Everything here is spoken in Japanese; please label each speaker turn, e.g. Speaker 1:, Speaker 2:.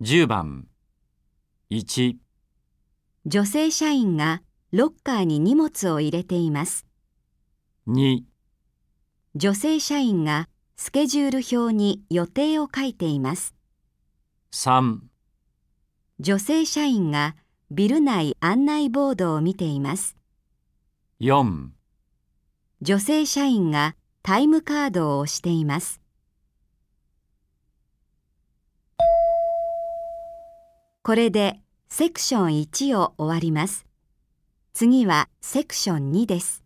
Speaker 1: 10番1、
Speaker 2: 女性社員がロッカーに荷物を入れています。
Speaker 1: 2、
Speaker 2: 女性社員がスケジュール表に予定を書いています。
Speaker 1: 3、
Speaker 2: 女性社員がビル内案内ボードを見ています。
Speaker 1: 4、
Speaker 2: 女性社員がタイムカードを押しています。これでセクション1を終わります。次はセクション2です。